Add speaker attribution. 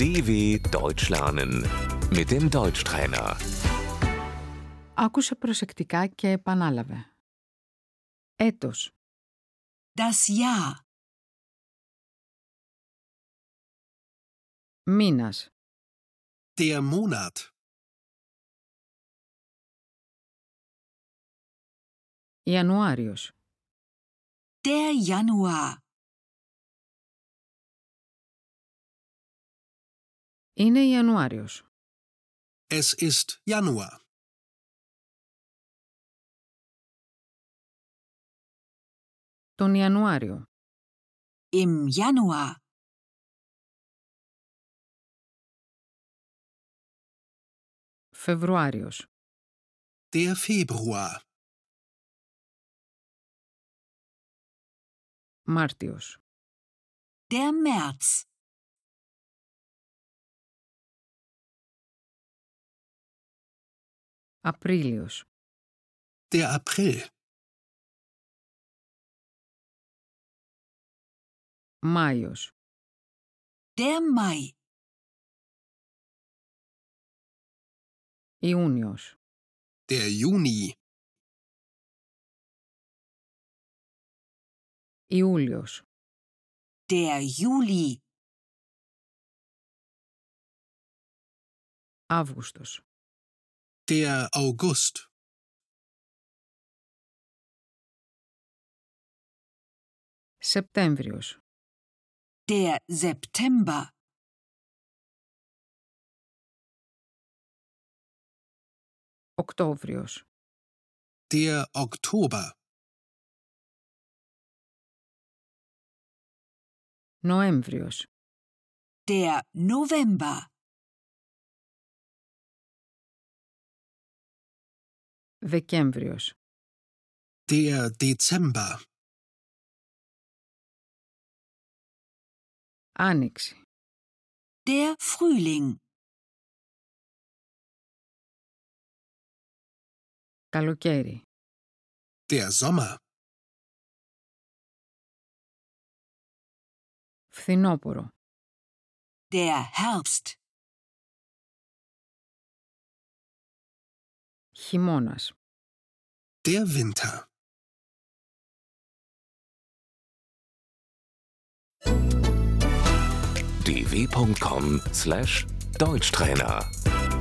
Speaker 1: DW Deutsch lernen mit dem Deutschtrainer.
Speaker 2: Άκουσε προσεκτικά και επανάλαβε. Έτος,
Speaker 3: Das Jahr,
Speaker 2: μήνας,
Speaker 4: Der Monat,
Speaker 2: Ιανουάριος,
Speaker 3: der Januar,
Speaker 2: είναι Ιανουάριος,
Speaker 4: es ist Januar,
Speaker 2: τον Ιανουάριο,
Speaker 3: im Januar,
Speaker 2: Φεβρουάριος,
Speaker 4: der Februar,
Speaker 2: Μάρτιος,
Speaker 3: der März,
Speaker 2: Απρίλιος,
Speaker 4: der April,
Speaker 2: Μάιος,
Speaker 3: der Mai,
Speaker 2: Ιούνιος,
Speaker 4: der Juni,
Speaker 2: Ιούλιος,
Speaker 3: der Juli,
Speaker 2: Αύγουστος,
Speaker 4: der August,
Speaker 2: Σεπτέμβριος,
Speaker 3: der September,
Speaker 2: Οκτώβριος,
Speaker 4: der Oktober,
Speaker 2: Νοέμβριος,
Speaker 3: der November,
Speaker 2: Δεκέμβριος,
Speaker 4: der Dezember,
Speaker 2: Άνοιξη,
Speaker 3: der Frühling,
Speaker 2: Καλοκαίρι,
Speaker 4: der Sommer,
Speaker 2: Φθινόπορο,
Speaker 3: der Herbst,
Speaker 2: Χειμώνας,
Speaker 4: der Winter.
Speaker 1: dw.com/deutschtrainer